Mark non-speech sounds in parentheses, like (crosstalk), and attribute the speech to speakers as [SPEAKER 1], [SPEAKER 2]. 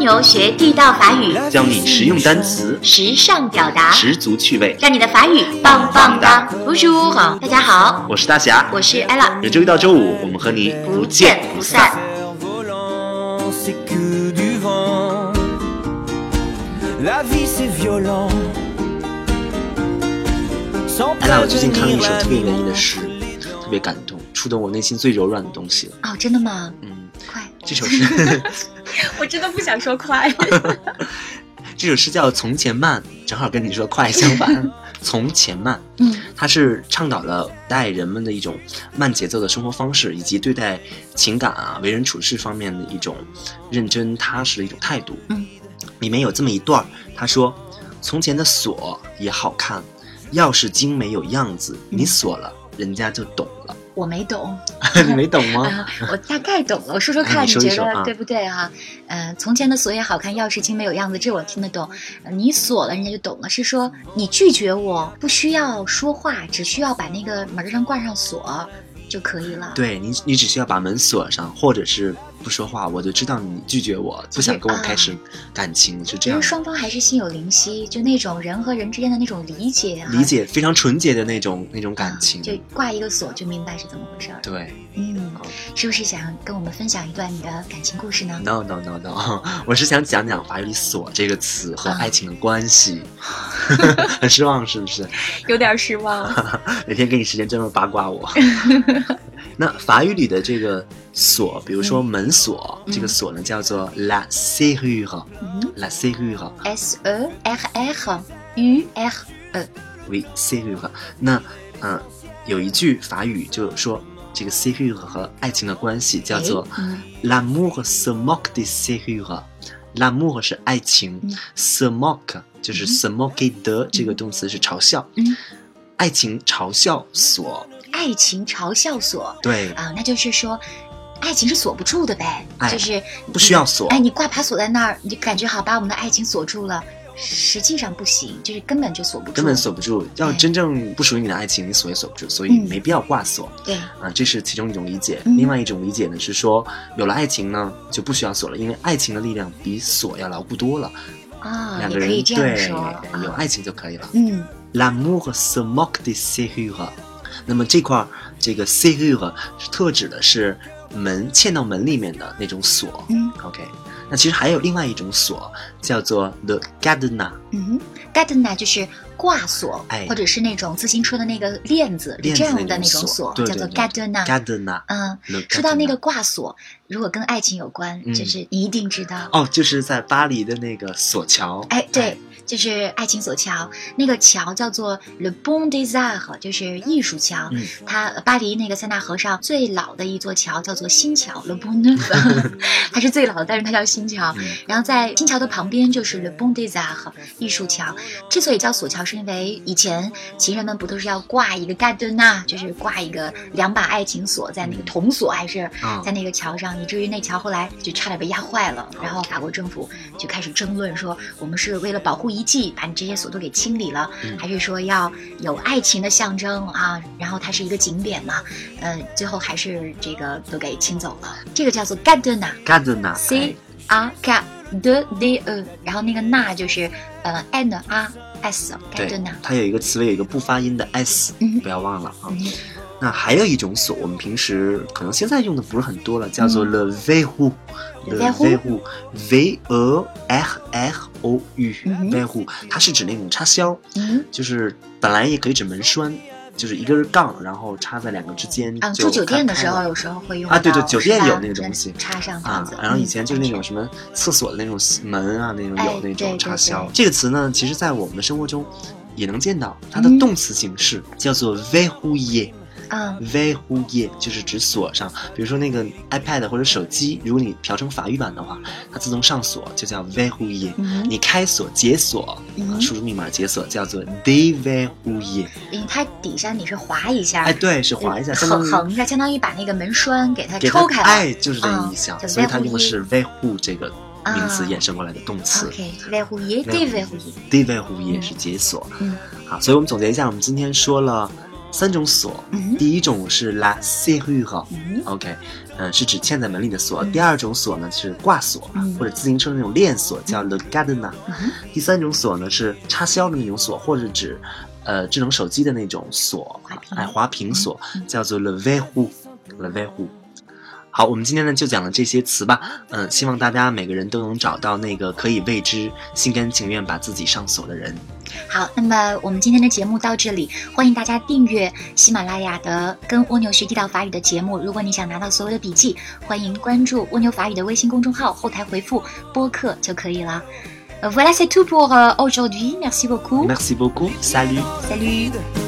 [SPEAKER 1] 游学地道法语，
[SPEAKER 2] 教你实用单词，
[SPEAKER 1] 时尚表达，
[SPEAKER 2] 十足趣味。
[SPEAKER 1] 让你的法语棒棒哒！不如大家好，
[SPEAKER 2] 我是大侠，
[SPEAKER 1] 我是 ella，
[SPEAKER 2] 每周一到周五，我们和你
[SPEAKER 1] 不见不散。
[SPEAKER 3] Faire volant, c'est que du vent. La vie c'est violent. Sans
[SPEAKER 4] 哎啦，我最近看了一首特别
[SPEAKER 3] prévenir
[SPEAKER 4] 文艺的
[SPEAKER 3] l'amiante
[SPEAKER 4] 诗，特别感动，触动我内心最柔软的东西了。
[SPEAKER 1] 哦，真的吗？
[SPEAKER 4] 嗯，
[SPEAKER 1] 快， (laughs)
[SPEAKER 4] 这首诗，
[SPEAKER 1] 我真的不想说快。
[SPEAKER 4] (laughs) 这首诗叫《从前慢》，正好跟你说快相
[SPEAKER 1] (laughs)
[SPEAKER 4] 反。从前慢，
[SPEAKER 1] 嗯，
[SPEAKER 4] 它是倡导了古代人们的一种慢节奏的生活方式，以及对待情感啊、为人处事方面的一种认真踏实的一种态度。
[SPEAKER 1] 嗯，
[SPEAKER 4] 里面有这么一段儿，他说：“从前的锁也好看，钥匙精美有样子，
[SPEAKER 1] 嗯
[SPEAKER 4] 你锁了，人家就懂
[SPEAKER 1] (laughs)
[SPEAKER 4] 了。
[SPEAKER 1] 我没懂，”
[SPEAKER 4] 你没懂吗？
[SPEAKER 1] 啊，我大概懂了。我说说看，
[SPEAKER 4] 哎哦你说
[SPEAKER 1] 觉
[SPEAKER 4] 一说
[SPEAKER 1] 得
[SPEAKER 4] 啊
[SPEAKER 1] 对不对哈、嗯、从前的锁也好看，钥匙精没有样子，这我听得懂。呃你锁了，人家就懂了，是说你拒绝我，不需要说话，只需要把那个门上挂上锁就可以了。
[SPEAKER 4] 对你，你只需要把门锁上，或者是不说话，我就知道你拒绝我，不想跟我开始感情，是这
[SPEAKER 1] 其
[SPEAKER 4] 样
[SPEAKER 1] 实
[SPEAKER 4] 的。
[SPEAKER 1] 双方还是心有灵犀，就那种人和人之间的那种理解啊，
[SPEAKER 4] 理解非常纯洁的那种那种感情，
[SPEAKER 1] 就挂一个锁就明白是怎么回事儿。
[SPEAKER 4] 对
[SPEAKER 1] 嗯，是不是想跟我们分享一段你的感情故事呢？
[SPEAKER 4] ，no no no no，我 (laughs) 是想讲讲法语里“锁”这个词和
[SPEAKER 1] 嗯
[SPEAKER 4] 爱情的关
[SPEAKER 1] (laughs)
[SPEAKER 4] 系，很失望是不是？
[SPEAKER 1] (laughs) 有点失望。
[SPEAKER 4] 哪天给你时间专门八卦我。 (laughs) 那法语里的这个锁，比如说门锁，
[SPEAKER 1] 嗯
[SPEAKER 4] 这个锁呢叫做 la serrure，la
[SPEAKER 1] 嗯
[SPEAKER 4] serrure，
[SPEAKER 1] ，S E R R U R E，
[SPEAKER 4] 为 c u 和那嗯、呃有一句法语就说这个 c u 和爱情的关系叫做
[SPEAKER 1] 哎嗯
[SPEAKER 4] l'amour se moque de c u 和 l'amour 是爱情、
[SPEAKER 1] 嗯
[SPEAKER 4] s e moque 就是 se moque de、这个动词是嘲笑，
[SPEAKER 1] 嗯
[SPEAKER 4] 爱情嘲笑所
[SPEAKER 1] 爱情嘲笑锁
[SPEAKER 4] 对
[SPEAKER 1] 啊，那就是说。爱情是锁不住的呗，
[SPEAKER 4] 哎
[SPEAKER 1] 就是
[SPEAKER 4] 不需要锁
[SPEAKER 1] 哎，你挂把锁在那儿，你就感觉好把我们的爱情锁住了，实际上不行，就是根本就锁不住，
[SPEAKER 4] 根本锁不住，要
[SPEAKER 1] 对
[SPEAKER 4] 真正不属于你的爱情，你锁也锁不住，所以
[SPEAKER 1] 嗯
[SPEAKER 4] 没必要挂锁。
[SPEAKER 1] 对，
[SPEAKER 4] 啊，这是其中一种理解。
[SPEAKER 1] 嗯
[SPEAKER 4] 另外一种理解呢是说，有了爱情呢就不需要锁了，因为爱情的力量比锁要牢固多了。
[SPEAKER 1] 啊，
[SPEAKER 4] 两
[SPEAKER 1] 也
[SPEAKER 4] 个
[SPEAKER 1] 可
[SPEAKER 4] 人
[SPEAKER 1] 以这样
[SPEAKER 4] 对
[SPEAKER 1] 说
[SPEAKER 4] 有
[SPEAKER 1] 啊，
[SPEAKER 4] 爱情就可以了。
[SPEAKER 1] 嗯
[SPEAKER 4] L'amour se moque des serrures。那么这块儿这个 serrure 是特指的是门嵌到门里面的那种锁。
[SPEAKER 1] 嗯
[SPEAKER 4] OK，那其实还有另外一种锁叫做 le cadenas。
[SPEAKER 1] 嗯，gardener 就是挂锁，
[SPEAKER 4] 哎
[SPEAKER 1] 或者是那种自行车的那个链子，
[SPEAKER 4] 链子
[SPEAKER 1] 这样的
[SPEAKER 4] 那
[SPEAKER 1] 那
[SPEAKER 4] 种
[SPEAKER 1] 种
[SPEAKER 4] 锁对
[SPEAKER 1] 叫做
[SPEAKER 4] 对对
[SPEAKER 1] gardener。
[SPEAKER 4] cadenas。
[SPEAKER 1] 嗯，
[SPEAKER 4] le
[SPEAKER 1] 说到那个
[SPEAKER 4] cadenas
[SPEAKER 1] 挂锁，如果跟爱情有关，
[SPEAKER 4] 嗯
[SPEAKER 1] 就是你一定知道。
[SPEAKER 4] 哦，就是在巴黎的那个索桥。
[SPEAKER 1] 哎，对，，就是爱情索桥，那个桥叫做 Le Bon des Arts，就是艺术桥。
[SPEAKER 4] 嗯
[SPEAKER 1] 它巴黎那个塞纳河上最老的一座桥叫做新桥 Le Bon Neuf，它 (laughs) 是最老的，但是它叫新桥。
[SPEAKER 4] 嗯
[SPEAKER 1] 然后在新桥的旁边就是 Le Bon des Arts 艺术桥。之所以叫索桥，是因为以前情人们不都是要挂一个 g a r d e n a 就是挂一个两把爱情锁在那个
[SPEAKER 4] 嗯
[SPEAKER 1] 铜锁还是
[SPEAKER 4] 啊
[SPEAKER 1] 在那个桥上，以至于那桥后来就差点被压坏了。然后法国政府就开始争论说，我们是为了保护遗迹把你这些锁都给清理了，
[SPEAKER 4] 嗯
[SPEAKER 1] 还是说要有爱情的象征啊？然后它是一个景点嘛，呃，最后还是这个都给清走了。这个叫做 g a r d e n a
[SPEAKER 4] cadenas。哎
[SPEAKER 1] C R K D D E，然后那个那就是呃 N R S g a
[SPEAKER 4] 对
[SPEAKER 1] r d e n a，
[SPEAKER 4] 它有一个词尾有一个不发音的 s，
[SPEAKER 1] 嗯
[SPEAKER 4] 不要忘了啊
[SPEAKER 1] 嗯。
[SPEAKER 4] 那还有一种锁，我们平时可能现在用的不是很多了，叫做
[SPEAKER 1] 嗯
[SPEAKER 4] le verrou。
[SPEAKER 1] Le
[SPEAKER 4] le
[SPEAKER 1] verrou
[SPEAKER 4] verrou，v e r r o u
[SPEAKER 1] 嗯哼
[SPEAKER 4] verrou，它是指那种插销，
[SPEAKER 1] 嗯，
[SPEAKER 4] 就是本来也可以指门栓，就是一根杠，然后插在两个之间。
[SPEAKER 1] 啊，
[SPEAKER 4] 就
[SPEAKER 1] 住酒店的
[SPEAKER 4] 开
[SPEAKER 1] 时候
[SPEAKER 4] 了
[SPEAKER 1] 有时候会用
[SPEAKER 4] 啊对对
[SPEAKER 1] 到
[SPEAKER 4] 酒店
[SPEAKER 1] 是吧
[SPEAKER 4] 有那个东西
[SPEAKER 1] 插上这样
[SPEAKER 4] 啊
[SPEAKER 1] 子，，
[SPEAKER 4] 然后以
[SPEAKER 1] 嗯
[SPEAKER 4] 前就是那种什么厕所的那种门啊，那种
[SPEAKER 1] 哎
[SPEAKER 4] 有
[SPEAKER 1] 对
[SPEAKER 4] 那种插
[SPEAKER 1] 对
[SPEAKER 4] 销
[SPEAKER 1] 对。
[SPEAKER 4] 这个词呢，其实在我们的生活中也能见到，它的
[SPEAKER 1] 嗯
[SPEAKER 4] 动词形式叫做 verrouiller。
[SPEAKER 1] 嗯
[SPEAKER 4] verrouiller 就是指锁上，比如说那个 iPad 或者手机，如果你调成法语版的话，它自动上锁就叫 verrouiller。
[SPEAKER 1] 嗯，
[SPEAKER 4] 你开锁解锁，
[SPEAKER 1] 嗯
[SPEAKER 4] 输入密码解锁叫做 déverrouiller。
[SPEAKER 1] 因为它底下你是划一下，嗯
[SPEAKER 4] 哎，对，是划一下，相当
[SPEAKER 1] 横
[SPEAKER 4] 于
[SPEAKER 1] 横一下，相当于把那个门栓给它
[SPEAKER 4] 给它
[SPEAKER 1] 抽开了。
[SPEAKER 4] 哎，就是这个
[SPEAKER 1] 啊
[SPEAKER 4] 意象，
[SPEAKER 1] 叫
[SPEAKER 4] 所以它用
[SPEAKER 1] verrouiller
[SPEAKER 4] 的是 verrou 这个名词
[SPEAKER 1] 啊
[SPEAKER 4] 衍生过来的动词。
[SPEAKER 1] OK，维护也得维护也，
[SPEAKER 4] D 位虎也是解锁。
[SPEAKER 1] 嗯，
[SPEAKER 4] 好，所以我们总结一下，我们今天说了三种锁，
[SPEAKER 1] 嗯
[SPEAKER 4] 第一种是 la serrure。
[SPEAKER 1] 嗯
[SPEAKER 4] OK，嗯、是指嵌在门里的锁。
[SPEAKER 1] 嗯
[SPEAKER 4] 第二种锁呢是挂锁，
[SPEAKER 1] 嗯
[SPEAKER 4] 或者自行车那种链锁，叫 le gardener。
[SPEAKER 1] 嗯
[SPEAKER 4] 第三种锁呢是插销的那种锁，或者指，呃，智能手机的那种锁
[SPEAKER 1] 滑，屏
[SPEAKER 4] 哎，滑屏锁
[SPEAKER 1] 嗯，
[SPEAKER 4] 叫做 le v e h u le v e h u 好，我们今天呢就讲了这些词吧，嗯，希望大家每个人都能找到那个可以为之心甘情愿把自己上锁的人。
[SPEAKER 1] 好，那么我们今天的节目到这里，欢迎大家订阅喜马拉雅的《跟蜗牛学地道法语》的节目。如果你想拿到所有的笔记，欢迎关注蜗牛法语的微信公众号，后台回复“播客”就可以了。Euh, Voilà, c'est tout pour euh, aujourd'hui. Merci beaucoup.
[SPEAKER 4] Merci beaucoup, salut.
[SPEAKER 1] Salut.
[SPEAKER 3] vide